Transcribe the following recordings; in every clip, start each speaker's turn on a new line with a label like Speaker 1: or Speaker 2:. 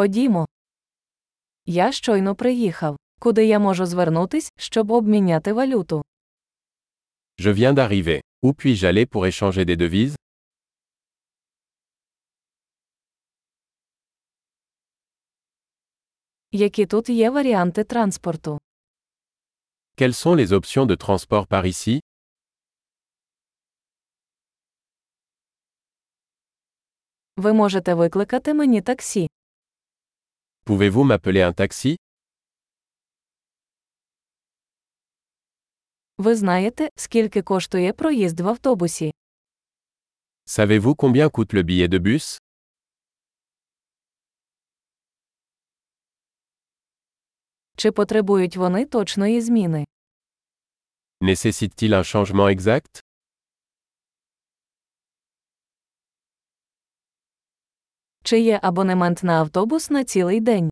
Speaker 1: Ходімо. Я щойно приїхав. Куди я можу звернутись, щоб обміняти валюту?
Speaker 2: Je viens d'arriver. Où puis-je aller pour échanger des devises
Speaker 1: Які тут є варіанти транспорту?
Speaker 2: Quelles sont les options de transport par ici
Speaker 1: Ви можете викликати мені таксі.
Speaker 2: Pouvez-vous m'appeler un taxi
Speaker 1: Ви знаєте, скільки коштує проїзд в автобусі?
Speaker 2: Savez-vous combien coûte le billet de bus
Speaker 1: Чи потребують вони точної зміни?
Speaker 2: Nécessite-t-il un changement exact
Speaker 1: Чи є абонемент на автобус на цілий день?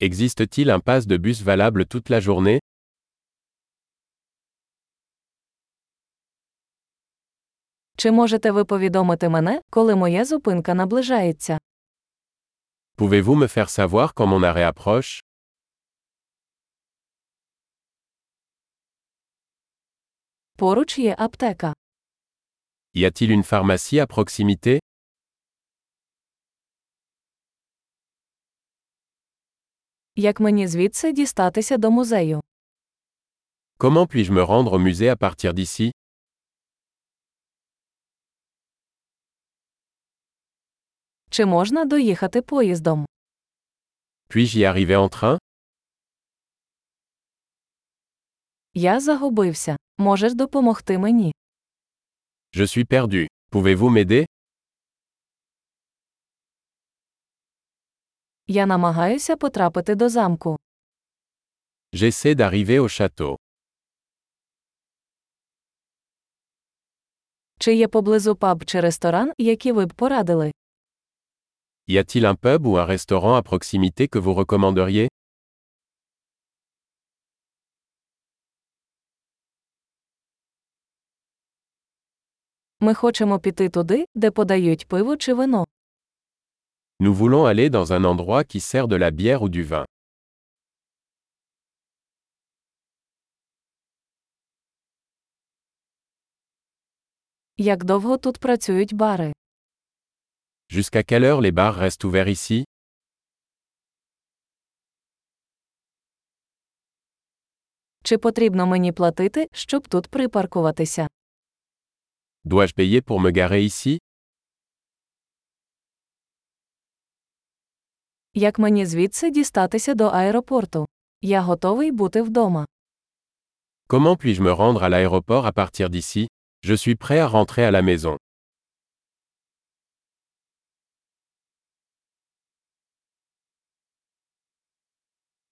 Speaker 2: Existe-t-il un pass de bus valable toute la journée
Speaker 1: Чи можете ви повідомити мене, коли моя зупинка наближається?
Speaker 2: Pouvez-vous me faire savoir quand mon arrêt approche
Speaker 1: Поруч є аптека.
Speaker 2: Y a-t-il une pharmacie à proximité
Speaker 1: Як мені звідси дістатися до музею?
Speaker 2: Comment puis-je me rendre au musée à partir d'ici
Speaker 1: Чи можна доїхати поїздом?
Speaker 2: Puis-je y arriver en train
Speaker 1: Я загубився. Можеш допомогти мені?
Speaker 2: Je suis perdu. Pouvez-vous m'aider
Speaker 1: Я намагаюся потрапити до замку.
Speaker 2: J'essaie d'arriver au château.
Speaker 1: Чи є поблизу паб чи ресторан, які ви б порадили?
Speaker 2: Y a-t-il un pub ou un restaurant à proximité que vous recommanderiez
Speaker 1: Ми хочемо піти туди, де подають пиво чи вино.
Speaker 2: Nous voulons aller dans un endroit qui sert de la bière ou du vin.
Speaker 1: Як довго тут працюють бари?
Speaker 2: Jusqu'à quelle heure les bars restent ouverts ici
Speaker 1: Чи потрібно мені платити, щоб тут припаркуватися?
Speaker 2: Dois-je payer pour me garer ici
Speaker 1: Як мені звідси дістатися до аеропорту? Я готовий бути вдома.
Speaker 2: Comment puis-je me rendre à l'aéroport à partir d'ici Je suis prêt à rentrer à la maison.